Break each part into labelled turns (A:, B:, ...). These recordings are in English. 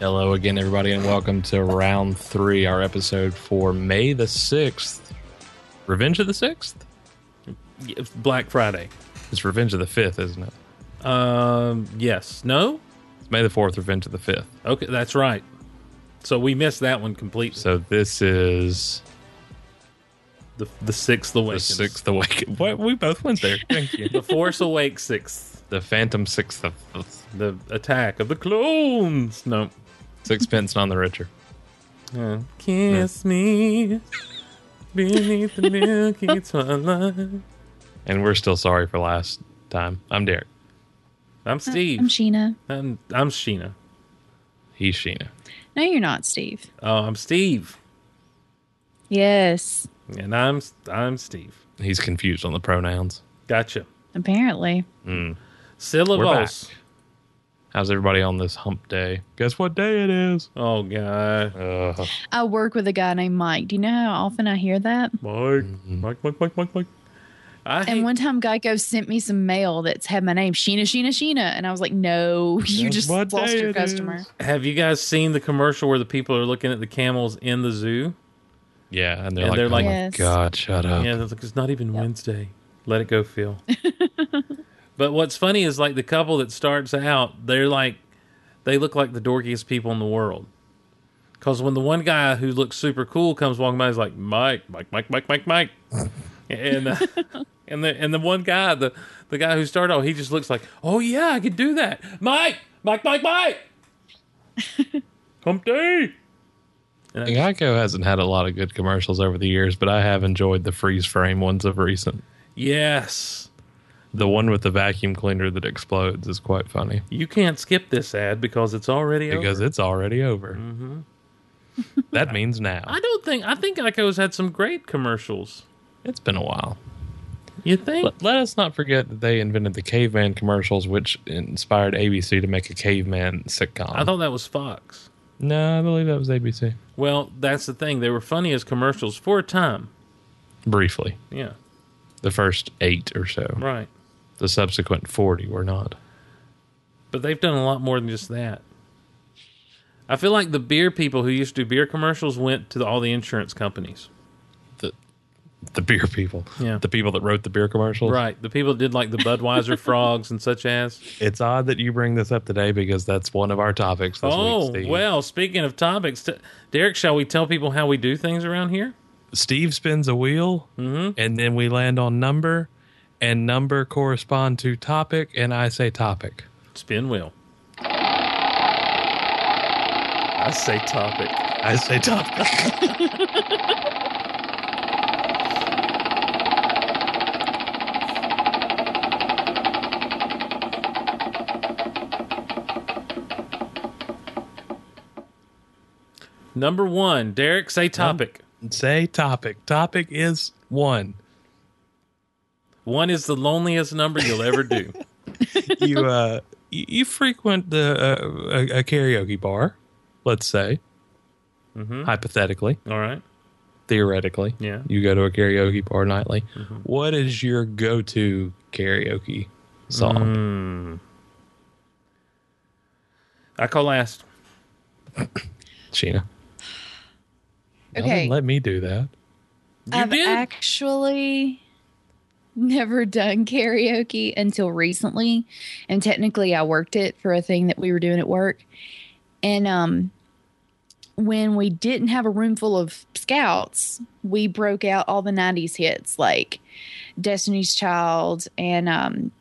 A: Hello again, everybody, and welcome to round three, our episode for May the 6th. Revenge of the 6th?
B: It's Black Friday.
A: It's Revenge of the 5th, isn't it?
B: Um, yes. No?
A: It's May the 4th, Revenge of the 5th.
B: Okay, that's right. So we missed that one completely.
A: So this is
B: The, the sixth
A: the
B: awakens.
A: 6th Awakening. What? We both went there. Thank you.
B: The Force Awakes sixth.
A: the Phantom 6th of
B: The attack of the clones. No.
A: Sixpence None the Richer.
B: Uh, kiss me beneath the milky twilight.
A: And we're still sorry for last time. I'm Derek.
B: I'm Steve.
C: I'm Sheena.
B: I'm, I'm Sheena.
A: He's Sheena.
C: No, you're not, Steve.
B: Oh, I'm Steve.
C: Yes,
B: And I'm I'm Steve.
A: He's confused on the pronouns.
B: Gotcha.
C: apparently.
B: Syllables.
A: How's everybody on this hump day? Guess what day it is?
B: Oh god.
A: Uh,
C: I work with a guy named Mike. Do you know how often I hear that?
B: Mike. Mike, Mike, Mike, Mike, Mike. I hate
C: And one time Geico sent me some mail that's had my name, Sheena, Sheena, Sheena. And I was like, no, you
A: That's
C: just
A: what
C: lost
A: day
C: your
A: it
C: customer.
A: is.
B: Have you guys seen the commercial where the people are looking at the camels in the zoo?
A: yeah, and they're
B: And
A: like,
B: they're
A: oh
B: like-
A: my
C: Yes.
A: God, shut up.
B: Yeah, they're like, it's not even Wednesday. Let it go, Phil. but what's funny is like the couple that starts out, they're like, they look like the dorkiest people in the world. Because when the one guy who looks super cool comes walking by, he's like, Mike, Mike, Mike, Mike, Mike, Mike. and, uh, and, the, and the one guy, the, the guy who started out, he just looks like, oh, yeah, I could do that. Mike, Mike, Mike, Mike. Hump day.
A: Geico hasn't had a lot of good commercials over the years, but I have enjoyed the freeze frame ones of recent.
B: Yes.
A: The one with the vacuum cleaner that explodes is quite funny
B: You can't skip this ad because it's already
A: because
B: over. Mm-hmm.
A: it's already over. that means now.
B: I don't think I think Ico's had some great commercials.
A: It's been a while.
B: You think?
A: Let, let us not forget that they invented the caveman commercials, which inspired ABC to make a caveman sitcom.
B: I thought that was Fox.
A: no, I believe that was ABC.
B: Well, that's the thing. They were funny as commercials for a time.
A: Briefly,
B: Yeah,
A: the first eight or so.
B: right.
A: The subsequent 40 were not.
B: But they've done a lot more than just that. I feel like the beer people who used to do beer commercials went to the, all the insurance companies.
A: The, the beer people.
B: Yeah.
A: The people that wrote the beer commercials.
B: Right. The people that did like the Budweiser frogs and such as.
A: It's odd that you bring this up today because that's one of our topics this week,
B: Oh,
A: Steve.
B: well, speaking of topics, t- Derek, shall we tell people how we do things around here?
A: Steve spins a wheel,
B: Mm-hmm.
A: and then we land on number, and number correspond to topic, and I say topic.
B: Spin wheel.
A: I say topic. I say topic.
B: Number one, Derek, say topic.
A: say topic. Topic is one.
B: One is the loneliest number you'll ever do.
A: You uh, you, you frequent the uh, a, a karaoke bar, let's say,
B: Mm-hmm.
A: hypothetically,
B: All right.
A: theoretically.
B: Yeah.
A: you go to a karaoke bar nightly. What is your go-to karaoke song?
B: I call last.
A: Sheena. Y'all didn't
C: Okay.
A: Let me do that.
B: You
C: I've
B: did?
C: actually never done karaoke until recently. And technically I worked it for a thing that we were doing at work. And um when we didn't have a room full of scouts, we broke out all the 90s hits like Destiny's Child and um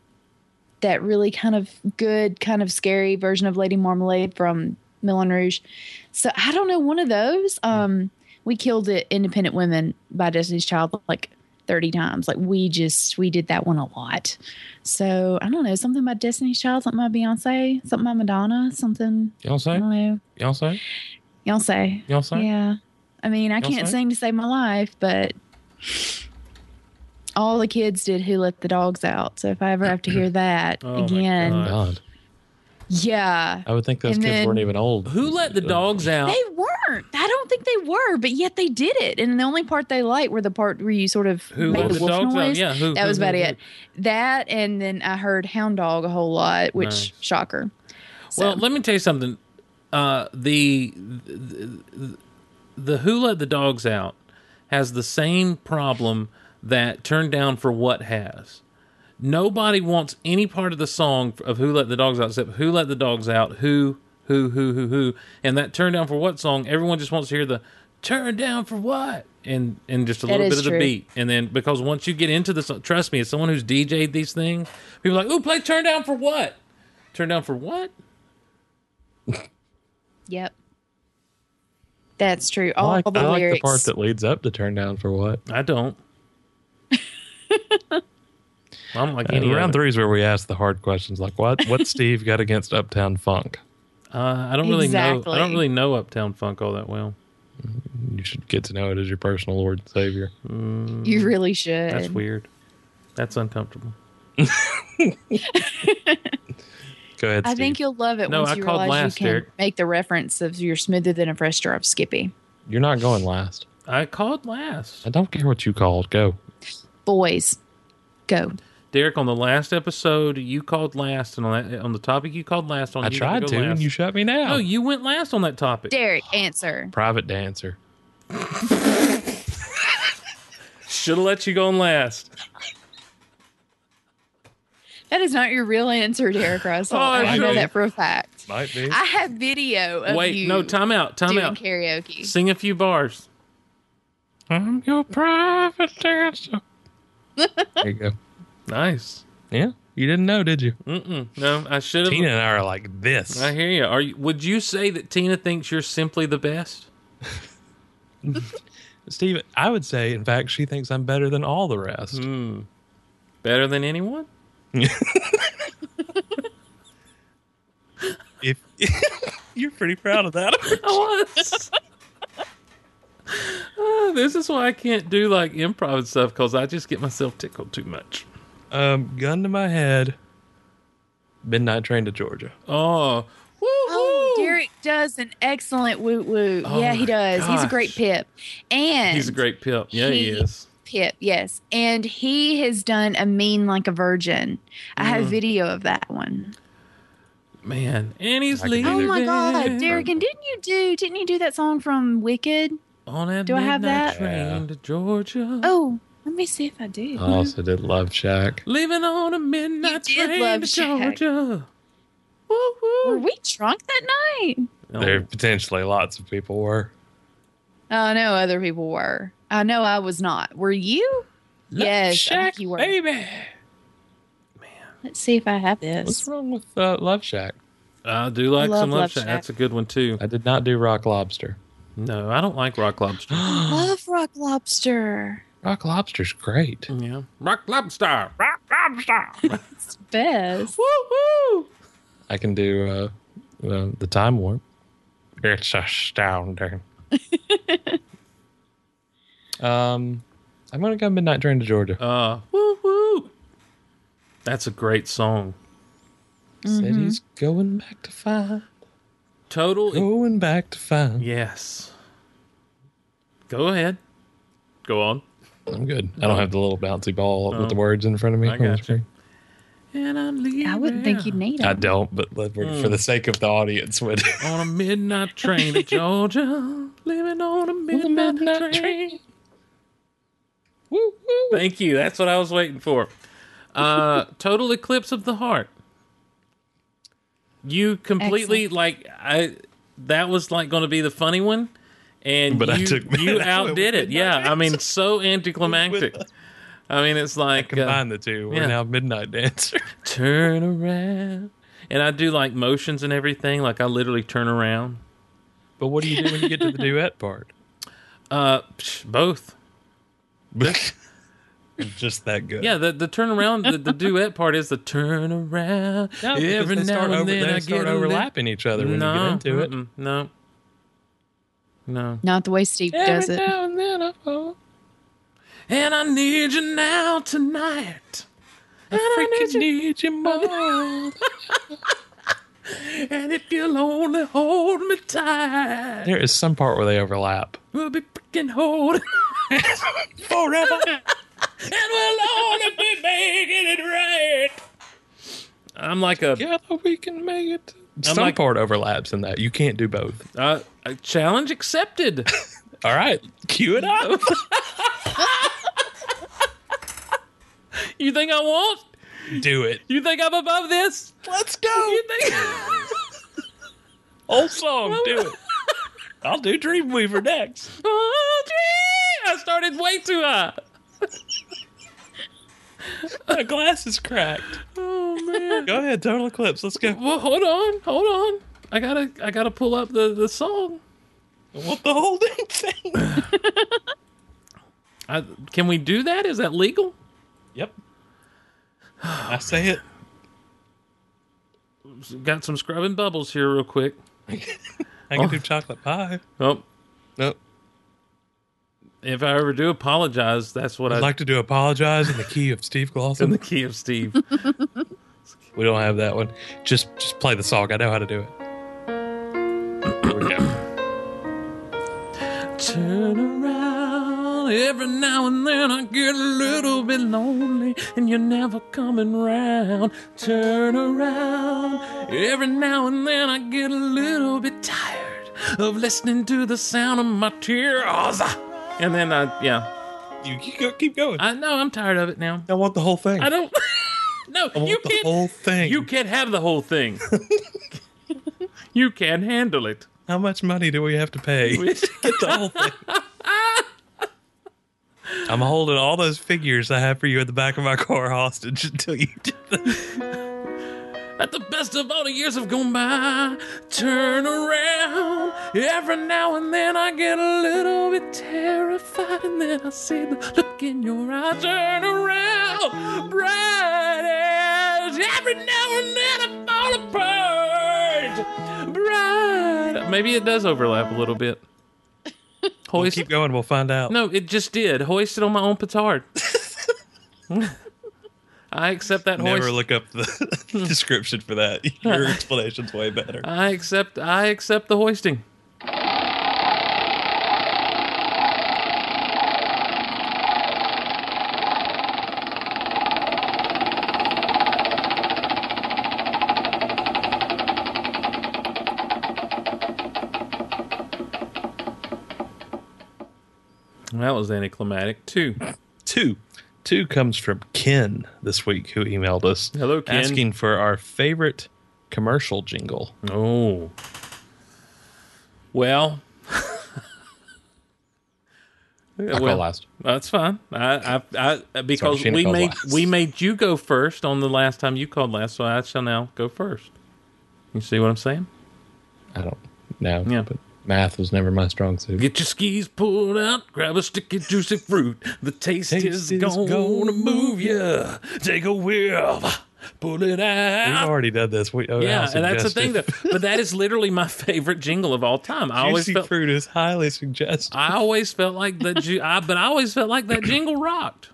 C: that really kind of good, kind of scary version of Lady Marmalade from Moulin Rouge. So I don't know one of those. Um, we killed it, Independent Women by Destiny's Child, like thirty times. Like we just we did that one a lot. So I don't know something by Destiny's Child, something by Beyonce, something by Madonna, something
A: Y'all
C: I
A: say?
C: don't know.
A: Y'all say?
C: Y'all say,
A: Y'all say?
C: yeah. I mean, I
A: Y'all
C: can't
A: say?
C: sing to save my life, but. All the kids did Who Let the Dogs Out. So if I ever have to hear that
B: Oh my
C: again,
B: God.
A: God,
C: yeah.
A: I would think those
C: And
A: kids
C: then-
A: weren't even old.
B: Who let the dogs out?
C: They weren't. I don't think they were, but yet they did it. And the only part they liked were the part where you sort of
B: Who
C: made
B: let
C: the,
B: the
C: wolf
B: dogs out?
C: noise.
B: Yeah, who-
C: that
B: who-
C: was
B: who-
C: about
B: who?
C: it. That and then I heard hound dog a whole lot, which
B: Nice.
C: shocker. So,
B: Well, let me tell you something. uh, the, the the Who Let the Dogs Out has the same problem that Turn Down for What has. Nobody wants any part of the song of Who Let the Dogs Out except Who Let the Dogs Out, Who, Who, Who, Who, Who. And that Turn Down for What song, everyone just wants to hear the Turn Down for What and, and just a
C: That
B: little
C: is
B: bit of the
C: true.
B: beat. And then because once you get into this, trust me, as someone who's DJ'd these things, people are like, Ooh, play Turn Down for What? Turn Down for What?
C: Yep. That's true.
A: I
C: All
A: like,
C: the
A: I like
C: lyrics.
A: the part that leads up to turn down for what.
B: I don't. I'm like
A: And
B: any
A: round
B: other.
A: three is where we ask the hard questions, like what what Steve got against Uptown Funk.
B: Uh, I don't really know. I don't
C: Exactly.
B: really know Uptown Funk all that well.
A: You should get to know it as your personal Lord and Savior.
C: you really should.
B: mm, That's weird. That's uncomfortable.
A: Go ahead.
C: I
A: Steve.
C: think you'll love it
B: No,
C: once
B: I
C: you
B: called
C: realize
B: last,
C: you can
B: Derek.
C: make the reference of you're smoother than a fresh drop Skippy.
A: you're not going last.
B: I called last.
A: I don't care what you called. Go.
C: Boys, go.
B: Derek, on the last episode, you called last, and on, that, on the topic you called last on,
A: I
B: you got
A: tried
B: go
A: to,
B: last.
A: and you shut me down.
B: Oh, you went last on that topic.
C: Derek, answer.
A: private dancer.
B: Should have let you go on last.
C: That is not your real answer, Derek Russell.
B: Oh,
C: and I know
A: okay.
C: that for a fact.
A: Might be.
C: I have video of
B: Wait,
C: you
B: no, time out, time
C: doing
B: out.
C: karaoke.
B: Sing a few bars.
A: I'm your private dancer. there you go.
B: Nice.
A: Yeah. You didn't know, did you?
B: Mm-mm. No, I should have.
A: Tina and I are like this.
B: I hear you. Are you, would you say that Tina thinks you're simply the best?
A: Steve, I would say, in fact, she thinks I'm better than all the rest.
B: Better than anyone?
A: If You're pretty proud of that.
B: I was. Ah, this is why I can't do like improv and stuff because I just get myself tickled too much.
A: um, gun to my head. Midnight train to Georgia.
B: Oh, woo
C: Oh, Derek does an excellent woot woot.
B: Oh
C: yeah, he
B: my
C: does. He's a great
B: gosh.
C: pip. And
B: He's a great pimp. Yeah, he,
C: He-
B: is.
C: pip, yes. And he has done a mean like a virgin. I have
B: Mm.
C: video of that one.
B: Man, and he's
A: I could be
B: leaving.
A: there.
C: Oh my god, Derek, and didn't you do didn't you do that song from Wicked?
B: On that
C: Do I have
B: midnight
C: that?
B: Train
A: Yeah.
B: to Georgia.
C: Oh, let me see if I do.
A: I also did Love Shack.
B: Leaving on a midnight
C: You did
B: train
C: love
B: to
C: Shaq.
B: Georgia. Woo woo.
C: Were we drunk that night?
A: There potentially lots of people were.
C: Oh no, other people were. I know I was not. Were you? yes, I think you were.
A: baby.
C: Let's see if I have this.
A: What's wrong with uh, Love Shack?
B: Oh, I do like
C: Love
B: some love,
C: Love
B: Shack.
C: Shack.
B: That's a good one too.
A: I did not do Rock Lobster.
B: No, I don't like rock lobster.
C: Love rock lobster.
A: Rock Lobster's great.
B: yeah, rock lobster. Rock lobster.
C: It's best.
B: Woo woo!
A: I can do uh, uh, the Time Warp. It's astounding. um, I'm gonna go Midnight Train to Georgia.
B: Uh, woo woo! That's a great song.
A: Said he's going back to find,
B: Total.
A: going back to find.
B: Yes. Go ahead. Go on.
A: I'm good. I don't have the little bouncy ball with the words in front of me.
B: I
A: on the
B: got you.
A: screen.
B: And I'm leaving.
C: I wouldn't think you'd need it.
A: I don't, but let- for, for the sake of the audience, would
B: On a midnight train to Georgia, living on a midnight, train.
A: Woo, woo.
B: Thank you. That's what I was waiting for. Uh, total eclipse of the heart. You completely like I. That was like going to be the funny one, and
A: But
B: you,
A: I took-
B: you
A: that's what
B: outdid
A: we
B: it. Yeah, I mean, so anticlimactic. I mean, it's like uh,
A: Combine the two. We're
B: yeah.
A: now Midnight Dancer.
B: turn around, and I do like motions and everything. Like I literally turn around.
A: But what do you do when you get to the duet part?
B: Uh, psh, both.
A: Just that good.
B: Yeah, the the turnaround, the, the duet part is the turnaround.
A: No, because
B: Every
A: they
B: now
A: start
B: and
A: over-
B: then
A: they
B: I
A: start
B: get a little-
A: overlapping each other when you get into it.
B: mm-mm, No. No.
C: Not the way Steve does it.
A: now and then I fall.
B: And I need you now tonight. And I need you.
A: need you more.
B: And if you'll only hold me tight,
A: there is some part where they overlap.
B: we'll be freaking holding.
A: Forever.
B: And we'll only be making it right. I'm like a
A: Together we can make it. Some
B: like-
A: part overlaps in that. You can't do both.
B: Uh, uh, challenge accepted.
A: All right, cue it up.
B: you think I won't?
A: do it.
B: You think I'm above this?
A: Let's go.
B: You think?
A: Old song. Do it. I'll do Dreamweaver next.
B: oh, gee! I started way too high.
A: My glass is cracked.
B: Oh man.
A: Go ahead, Total Eclipse. Let's go.
B: well, hold on, hold on. I gotta, I gotta pull up the the song.
A: What the whole dang thing?
B: I, can we do that? Is that legal?
A: Yep. I say it.
B: Got some scrubbing bubbles here, real quick.
A: I can do chocolate pie.
B: Oh,
A: Nope.
B: if I ever do apologize, that's what I
A: I'd like to do apologize in the key of Steve
B: in
A: Glosson.
B: the key of Steve.
A: We don't have that one. Just just play the song. I know how to do it. There we go.
B: Turn around every now and then I get a little bit lonely and you're never coming round. Turn around every now and then I get a little bit tired of listening to the sound of my tears. And then I, yeah,
A: You keep, go, keep going. I,
B: I know I'm tired of it now.
A: want the whole thing.
B: I don't. no,
A: I want
B: you
A: the
B: can't.
A: whole thing.
B: you can't have the whole thing. you can't handle it.
A: how much money do we have to pay? to Get the whole thing. I'm holding all those figures I have for you at the back of my car hostage until you do the
B: At the best of all the years have gone by, turn around. Every now and then I get a little bit terrified, and then I see the look in your eye. Turn around, bright eyes. Every now and then I fall apart, bright. Maybe it does overlap a little bit.
A: We'll
B: Hoist.
A: keep going. We'll find out.
B: no, it just did. Hoisted on my own petard. I accept that hoist.
A: Never look up the description for that. Your explanation's way better.
B: I accept. I accept the hoisting. That was anticlimactic too.
A: Two. Two comes from Ken this week, who emailed us.
B: Hello, Ken.
A: Asking for our favorite commercial jingle.
B: Oh. Well.
A: I'll
B: Well,
A: go last.
B: That's fine. I, I, I because
A: Sorry, Sheena
B: we
A: called
B: made
A: last.
B: we made you go first on the last time you called last, so I shall now go first. You see what I'm saying?
A: I don't know.
B: Yeah.
A: But math was never my strong suit.
B: Get your skis pulled out, grab a stick of juicy fruit. The taste,
A: Taste
B: is,
A: is
B: gonna,
A: gonna
B: move you. Take a whiff, pull it
A: We've
B: out.
A: already done this. We, oh,
B: Yeah,
A: I'll
B: and that's the
A: suggest
B: thing.
A: it.
B: That, but that is literally my favorite jingle of all time. I always
A: Juicy
B: felt
A: fruit is highly suggested.
B: I always felt like the ju- I, but I always felt like that jingle rocked.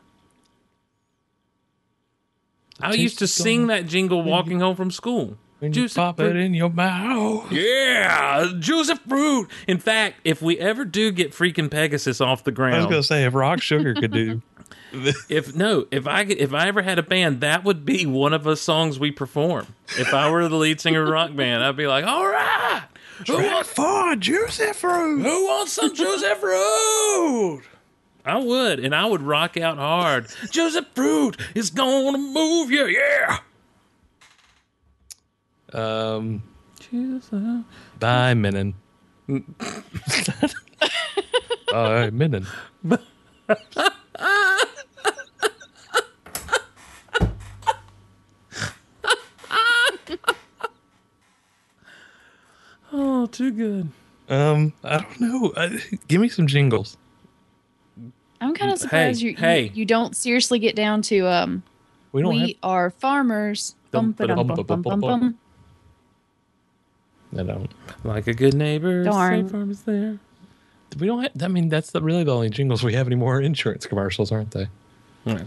B: I used to
A: taste is
B: sing that jingle walking home from school.
A: When you
B: Juicy
A: pop it
B: fruit.
A: in your mouth.
B: Yeah, juice of fruit. In fact, if we ever do get freaking Pegasus off
A: I
B: the
A: was
B: ground,
A: going to say, if Rock Sugar could do.
B: if no, if I could, if I ever had a band, that would be one of the songs we perform. If I were the lead singer of a rock band, I'd be like, "All right, who
A: Rock
B: wants,
A: for Juicy Fruit.
B: who wants some juice of fruit?" I would, and I would rock out hard. Joseph Fruit is gonna move you, yeah.
A: Um,
B: Joseph.
A: bye, Menon. Bye, Menon.
B: Oh, too good.
A: Um, I don't know. I, give me some jingles.
C: I'm kind of surprised you, you
B: hey.
C: you don't seriously get down to um
A: We don't
C: we
A: have.
C: are farmers.
B: Dum,
C: Bum, ba-dum,
A: ba-dum,
C: bum, bum, bum,
A: ba-bum.
C: bum.
A: I don't.
B: Like a good neighbor,
C: Darn.
B: State Farm is there.
A: We don't have. I mean, that's the, really the only jingles we have anymore. Are insurance commercials, aren't they?
B: Yeah.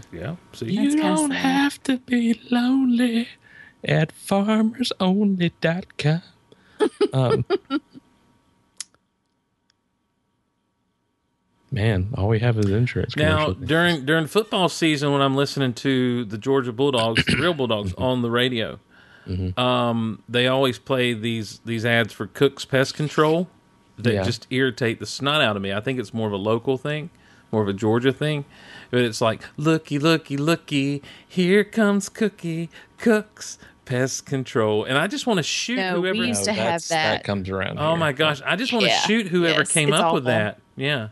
B: See,
C: That's
A: you
C: kinda
A: don't
C: sad.
A: have to be lonely at farmersonly.com. Um, man, all we have is insurance.
B: now
A: commercials.
B: during during football season, when I'm listening to the Georgia Bulldogs, the real Bulldogs on the radio, Um, they always play these these ads for Cook's Pest Control that
A: Yeah.
B: just irritate the snot out of me. I think it's more of a local thing, more of a Georgia thing. But it's like, looky, looky, looky, here comes Cookie Cook's Pest Control, and I just want to shoot
C: No, we
B: whoever.
C: used to have
A: that's-
C: that.
A: comes around.
B: Oh
A: here.
B: my gosh! I just want
C: Yeah.
B: to shoot whoever
C: Yes,
B: came
C: it's
B: up with
C: awful.
B: that. Yeah.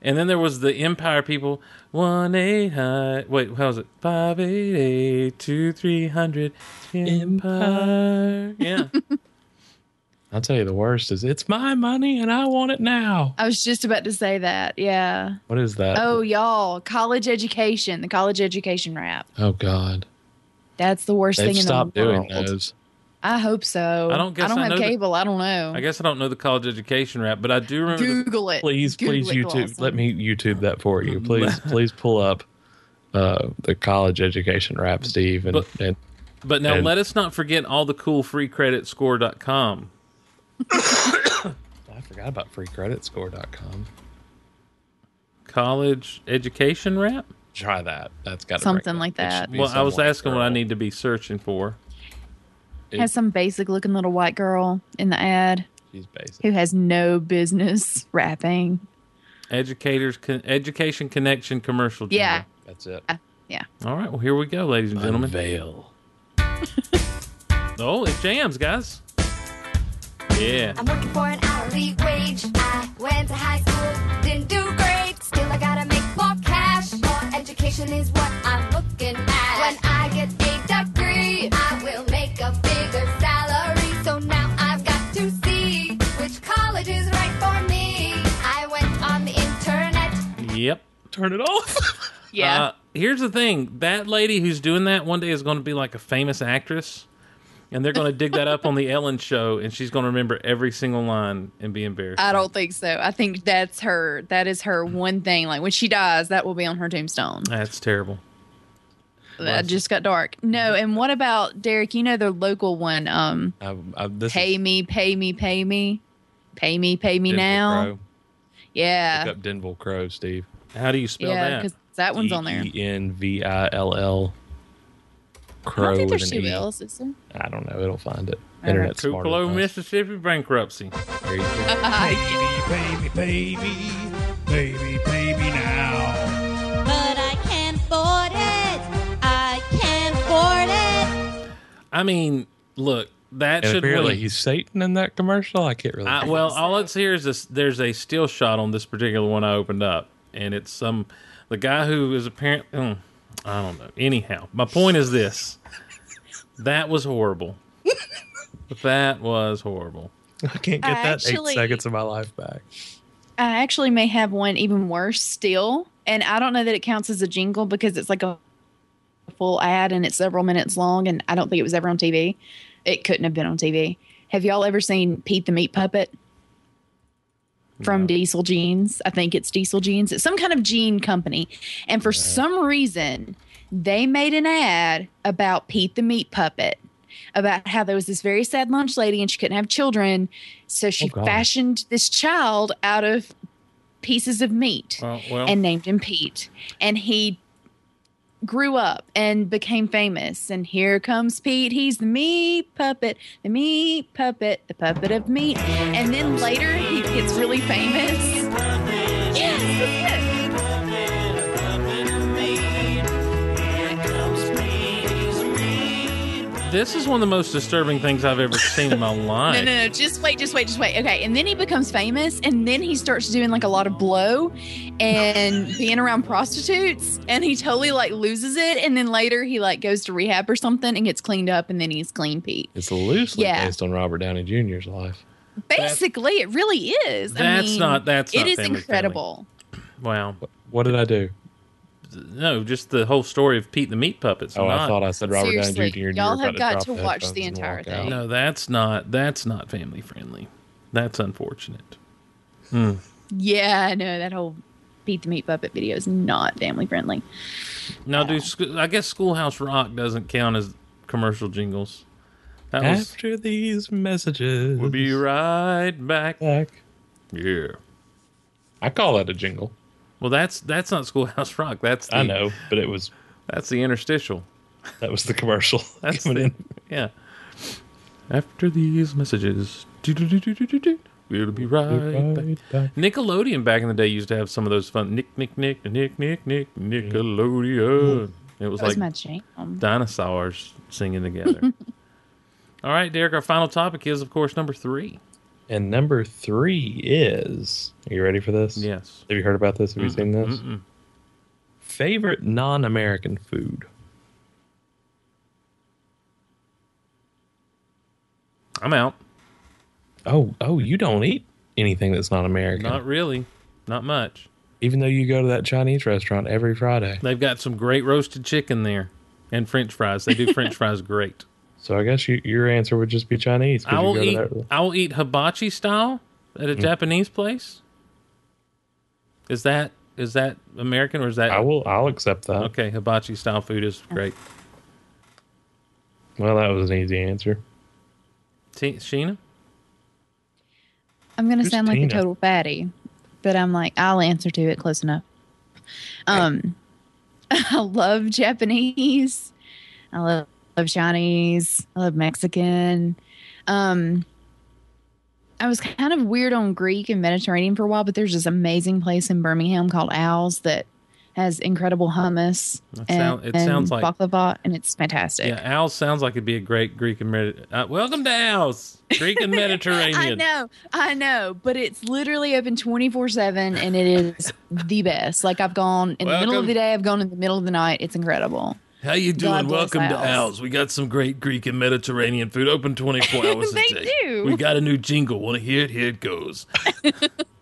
B: And then there was the Empire people. One eight hundred. Wait, how was it? Five eight eight two three hundred. Empire. Yeah.
A: I'll tell you the worst is it's my money and I want it now.
C: I was just about to say that. Yeah.
A: What is that?
C: Oh, y'all, college education, the college education rap.
A: Oh, God.
C: That's the worst
A: They've
C: thing in the world.
A: stopped doing those.
C: I hope so.
B: I don't guess
C: I don't
B: I know
C: have
B: the-
C: cable. I don't know.
B: I guess I don't know the college education rap, but I do remember. the-
C: Google it.
A: Please,
C: Google
A: please,
C: it,
A: YouTube.
C: Lawson.
A: Let me YouTube that for you. Please, please pull up uh, the college education rap, Steve. And,
B: But-
A: and
B: but now
A: and-
B: let us not forget all the cool freecreditscore.com.
A: I forgot about freecreditscore.com.
B: College education rap?
A: Try that. That's got
C: Something like that.
B: Well, I was asking what I need to be searching for.
C: Has some basic looking little white girl in the ad
A: She's basic.
C: who has no business rapping.
B: Educators, con- education connection commercial. jingle.
C: Yeah.
A: That's it.
C: Yeah.
B: All right. Well, here we go, ladies and gentlemen.
A: Unveil.
B: Oh, it jams, guys. Yeah.
C: Um,
D: I'm working for an hourly wage. I went to high school, didn't do great. Still, I gotta make more cash. More education is what I'm looking at. When I get a degree, I will make a bigger salary. So now I've got to see which college is right for me. I went on the internet.
B: Yep.
A: Turn it off.
C: Yeah.
B: Uh, here's the thing that lady who's doing that one day is going to be like a famous actress, and they're going to dig that up on the Ellen show, and she's going to remember every single line and be embarrassed.
C: I don't think so. I think that's her. That is her one thing. Like when she dies, that will be on her tombstone.
B: That's terrible.
C: That just got dark. No,
A: Mm-hmm.
C: and what about Derek? You know the local one. Um,
A: I, I, this
C: pay
A: is
C: me, pay me, pay me, pay me, pay me
A: Denville
C: now.
A: Crow. Look
C: Yeah,
A: up Denville Crow, Steve.
B: How do you spell
C: yeah,
B: that?
C: because that one's on there.
A: E N V I L L.
C: I
A: Crow
C: don't think there's
A: with an
C: two
A: E.
C: L's, is there?
A: I don't know. It'll find it.
C: All right.
A: Internet's smarter
B: Tupelo,
A: than us.
B: Mississippi bankruptcy.
A: There you go.
E: Baby, baby, baby, baby now.
F: But I can't afford it. I can't afford it.
B: I mean, look, that
A: And
B: should
A: apparently
B: win.
A: he's Satan in that commercial. I can't really.
B: I, well, all it's here is this, there's a still shot on this particular one I opened up, and it's some the guy who is apparently mm, I don't know. Anyhow, my point is this: that was horrible. that was horrible.
A: I can't get
C: I
A: that
C: actually-
A: eight seconds of my life back.
C: I actually may have one even worse still, and I don't know that it counts as a jingle because it's like a full ad and it's several minutes long, and I don't think it was ever on TV. It couldn't have been on TV. Have y'all ever seen Pete the Meat Puppet from Diesel Jeans? I think it's Diesel Jeans. It's some kind of jean company, and for some reason, they made an ad about Pete the Meat Puppet. About how there was this very sad lunch lady and she couldn't have children, so she
A: Oh, God.
C: fashioned this child out of pieces of meat
B: Well, well,
C: and named him Pete. And he grew up and became famous. And here comes Pete. He's the meat puppet, the meat puppet, the puppet of meat. And then later he gets really famous. Yes, that's it.
B: this is one of the most disturbing things I've ever seen in my
C: No,
B: life.
C: no, no. Just wait, just wait, just wait. Okay. And then he becomes famous. And then he starts doing like a lot of blow and being around prostitutes. And he totally like loses it. And then later he like goes to rehab or something and gets cleaned up. And then he's clean Pete.
A: It's loosely
C: Yeah.
A: based on Robert Downey Jr.'s life.
C: Basically, it really is. I
B: That's
C: mean,
B: not- that's
C: it
B: not
C: is
B: family friendly.
C: incredible.
B: Wow.
A: What did I do?
B: No, just the whole story of Pete the Meat Puppets.
A: Oh, I
B: not-
A: thought I said Robert
C: Seriously,
A: Downey Jr. and you
C: y'all
A: were about
C: have got
A: drop
C: to
A: the
C: watch the
A: headphones and
C: entire
A: walk
C: thing.
A: out.
B: No, that's not that's not family friendly. That's unfortunate.
C: Yeah, I know that whole beat the meat puppet video is not family friendly.
B: Now, do sc- I guess Schoolhouse Rock doesn't count as commercial jingles? That was.
A: After these messages,
B: We'll be right back.
A: back.
B: Yeah.
A: I call that a jingle.
B: Well, that's that's not Schoolhouse Rock. That's the,
A: I know, but it was
B: That's the interstitial.
A: that was the commercial
B: That's
A: coming
B: the,
A: in.
B: yeah. After these messages, do-do-do-do-do-do, we'll be right back. Nickelodeon back in the day used to have some of those fun Nick Nick Nick Nick Nick Nick Nickelodeon. It was
C: That
B: like
C: was my jam.
B: dinosaurs singing together. All right, Derek, our final topic is of course number three.
A: And number three is. Are you ready for this?
B: Yes.
A: Have you heard about this? Have you seen this?
B: Mm-mm.
A: Favorite non-American food.
B: I'm out.
A: Oh, oh, you don't eat anything that's not American,
B: Not really. Not much.
A: even though you go to that Chinese restaurant every Friday.
B: They've got some great roasted chicken there and french fries. They do french fries great.
A: So I guess you, your answer would just be Chinese. 'cause
B: I
A: you
B: will
A: go to
B: eat
A: that- Mm.
B: I will eat hibachi style at a Japanese place. Is that is that American or is that
A: I will. I'll accept that.
B: Okay, hibachi style food is great.
A: Well, that was an easy answer.
B: T- Sheena?
C: I'm gonna
A: Who's
C: sound like
A: Tina?
C: a total fatty, but I'm like I'll answer to it close enough. Um, I love Japanese. I love, love Chinese. I love Mexican. Um, I was kind of weird on Greek and Mediterranean for a while, but there's this amazing place in Birmingham called Owls that has incredible hummus
B: That
C: and,
B: sound- it
C: and
B: sounds like-
C: baklava, and it's fantastic.
B: Yeah, Al sounds like it'd be a great Greek and Mediterranean. Uh, welcome to Al's Greek and
C: I
B: Mediterranean.
C: know, I know, but it's literally open 24 7 and it is the best. Like, I've gone in the middle
B: Welcome.
C: of the day, I've gone in the middle of the night. It's incredible.
B: How you doing?
C: God bless
B: welcome to
C: Al's.
B: Al's. We got some great Greek and Mediterranean food open 24 hours a
C: They
B: day.
C: do.
B: We got a new jingle. Want to hear it? Here it goes.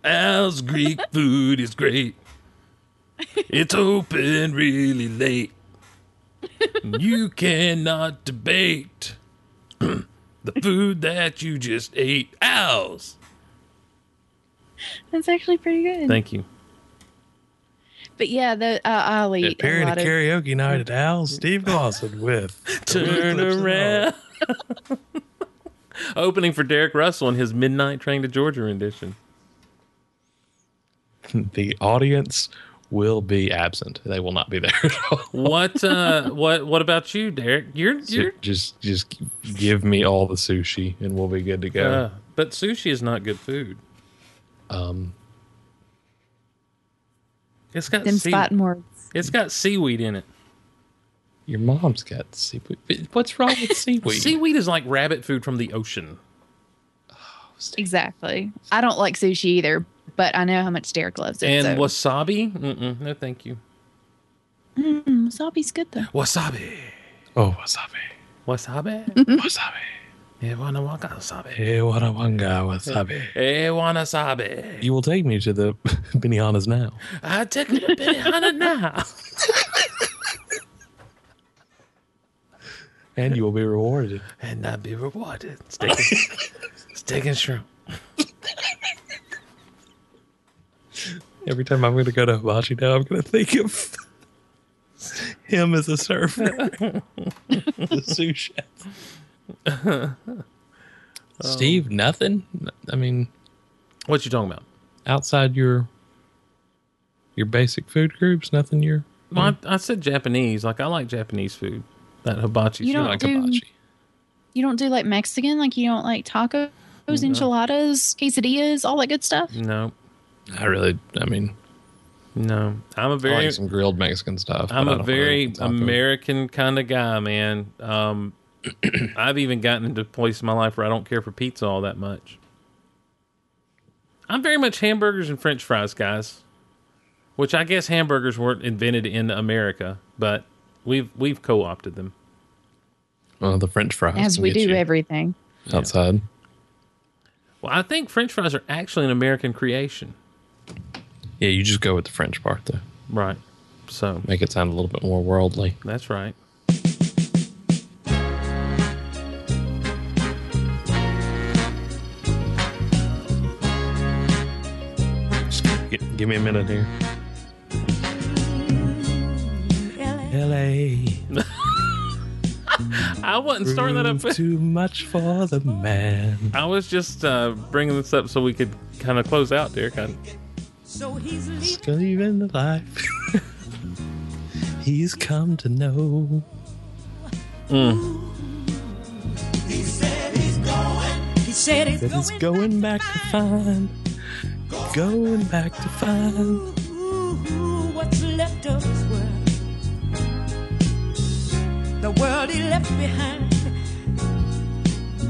B: Al's Greek food is great. It's open really late. You cannot debate the food that you just ate. Al's.
C: That's actually pretty good.
B: Thank you.
C: but yeah, the, uh, I'll eat a
A: Appearing at
C: lot of.
A: karaoke night at Al's, Steve Lawson with
B: Turn around. Opening for Derek Russell in his Midnight Train to Georgia rendition.
A: The audience will be absent. They will not be there at all.
B: What uh what what about you, Derek? You're
A: So
B: you're
A: just, just give me all the sushi, and we'll be good to go.
B: uh, but sushi is not good food.
A: um,
B: It's got
C: Them
B: sea,
C: fighting words.
B: it's got seaweed in it.
A: your mom's got seaweed. But What's wrong with seaweed?
B: Seaweed is like rabbit food from the ocean.
C: Exactly. I don't like sushi either, but I know how much Derek loves it.
B: And
C: so.
B: wasabi? Mm-mm, no, thank you.
C: wasabi's good though.
B: Wasabi.
A: Oh, wasabi,
B: Wasabi.
A: wasabi.
B: Eh, wanna waka wasabi.
A: Hey, what a wanga wasabi.
B: Eh, wanna wasabi.
A: You will take me to the Binianas now.
B: I take it a bit on it now.
A: and you will be rewarded.
B: and not be rewarded. Steak and, steak and shrimp.
A: Every time I'm going to go to Hibachi now, I'm going to think of him as a server, the sous chef. Steve, nothing. I mean,
B: What you talking about?
A: outside your your basic food groups, nothing. You're
C: Um,
B: Well, I, I said Japanese. Like I like Japanese food. That hibachi.
C: You
B: shrimp.
C: don't
A: like
C: do-
A: Hibachi.
C: You don't do like Mexican, like you don't like tacos, enchiladas, quesadillas, all that good stuff.
B: no,
A: I really, I mean,
B: no. I'm a
A: I
B: very,
A: like some grilled Mexican stuff.
B: I'm
A: but I
B: a
A: don't
B: very
A: really like taco.
B: American kind of guy, man. Um, I've even gotten into a place in my life where I don't care for pizza all that much. I'm very much hamburgers and French fries, guys. Which I guess hamburgers weren't invented in America, but we've we've co-opted them.
A: Well, the French fries
C: As
A: can
C: we
A: get
C: do
A: you
C: everything.
A: outside.
B: Well, I think French fries are actually an American creation.
A: Yeah, you just go with the French part to
B: Right. So
A: make it sound a little bit more worldly.
B: that's right.
A: G- give me a minute here. LA.
B: I wasn't starting that up.
A: Too much for the man.
B: I was just uh, bringing this up so we could kind of close out, Derek. I,
A: He's leaving the life he's come to know.
G: He's
F: said it's
A: that is going back to find, going back to find.
F: Ooh, what's left of this world? The world he left behind.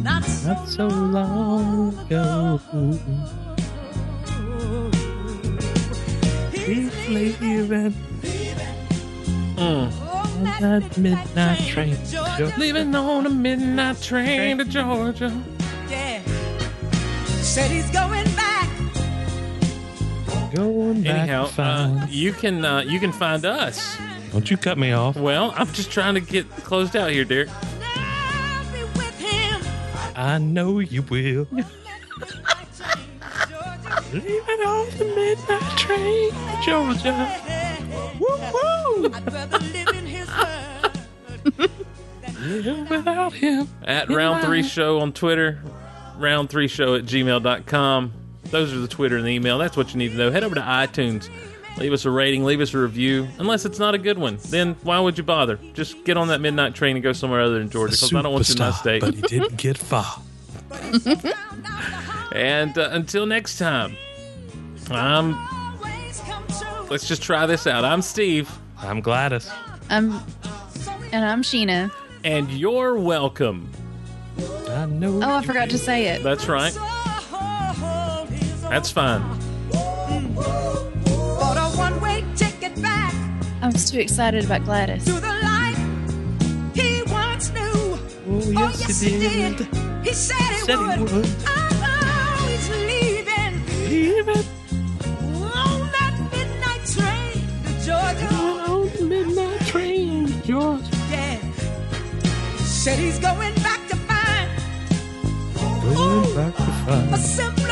F: Not so,
A: Not so long ago,
F: He's
A: he's
F: leaving, Oh,
A: leaving Uh,
F: on
A: that midnight train.
F: Georgia.
B: Leaving on a midnight train to Georgia.
F: Yeah. Said he's going back.
A: Going back
B: Anyhow,
A: to find.
B: uh, you can uh, you can find us.
A: Don't you cut me off.
B: Well, I'm just trying to get closed out here, Derek.
F: I'll be with him.
A: I know you will. Leaving on the midnight train to Georgia. Woo woo! Live without him.
B: At Round 3 Show on Twitter, round3show at gmail.com. Those are the Twitter and the email. That's what you need to know. Head over to iTunes. Leave us a rating, leave us a review. Unless it's not a good one, then why would you bother? Just get on that midnight train and go somewhere other than Georgia because I don't want you in my
A: Superstar,
B: state.
A: But he didn't get far.
B: And uh, until next time, I'm, let's just try this out. I'm Steve,
A: I'm Gladys.
C: I'm, Um, and I'm Sheena.
B: and you're welcome.
A: I know.
C: Oh, I forgot to say it.
B: That's right. That's fine.
F: Bought a one-way ticket back
C: I was too excited about Gladys.
F: to the life he once knew.
A: Oh,
F: Oh, yes, he did. He said he
A: Said he
F: would.
A: would.
F: I know he's leaving
A: Leave it
F: on that midnight train to Georgia.
A: on the midnight train, George.
F: Yeah. Said he's going back to find
A: Going back to
F: a
A: find
F: simple Oh, Oh,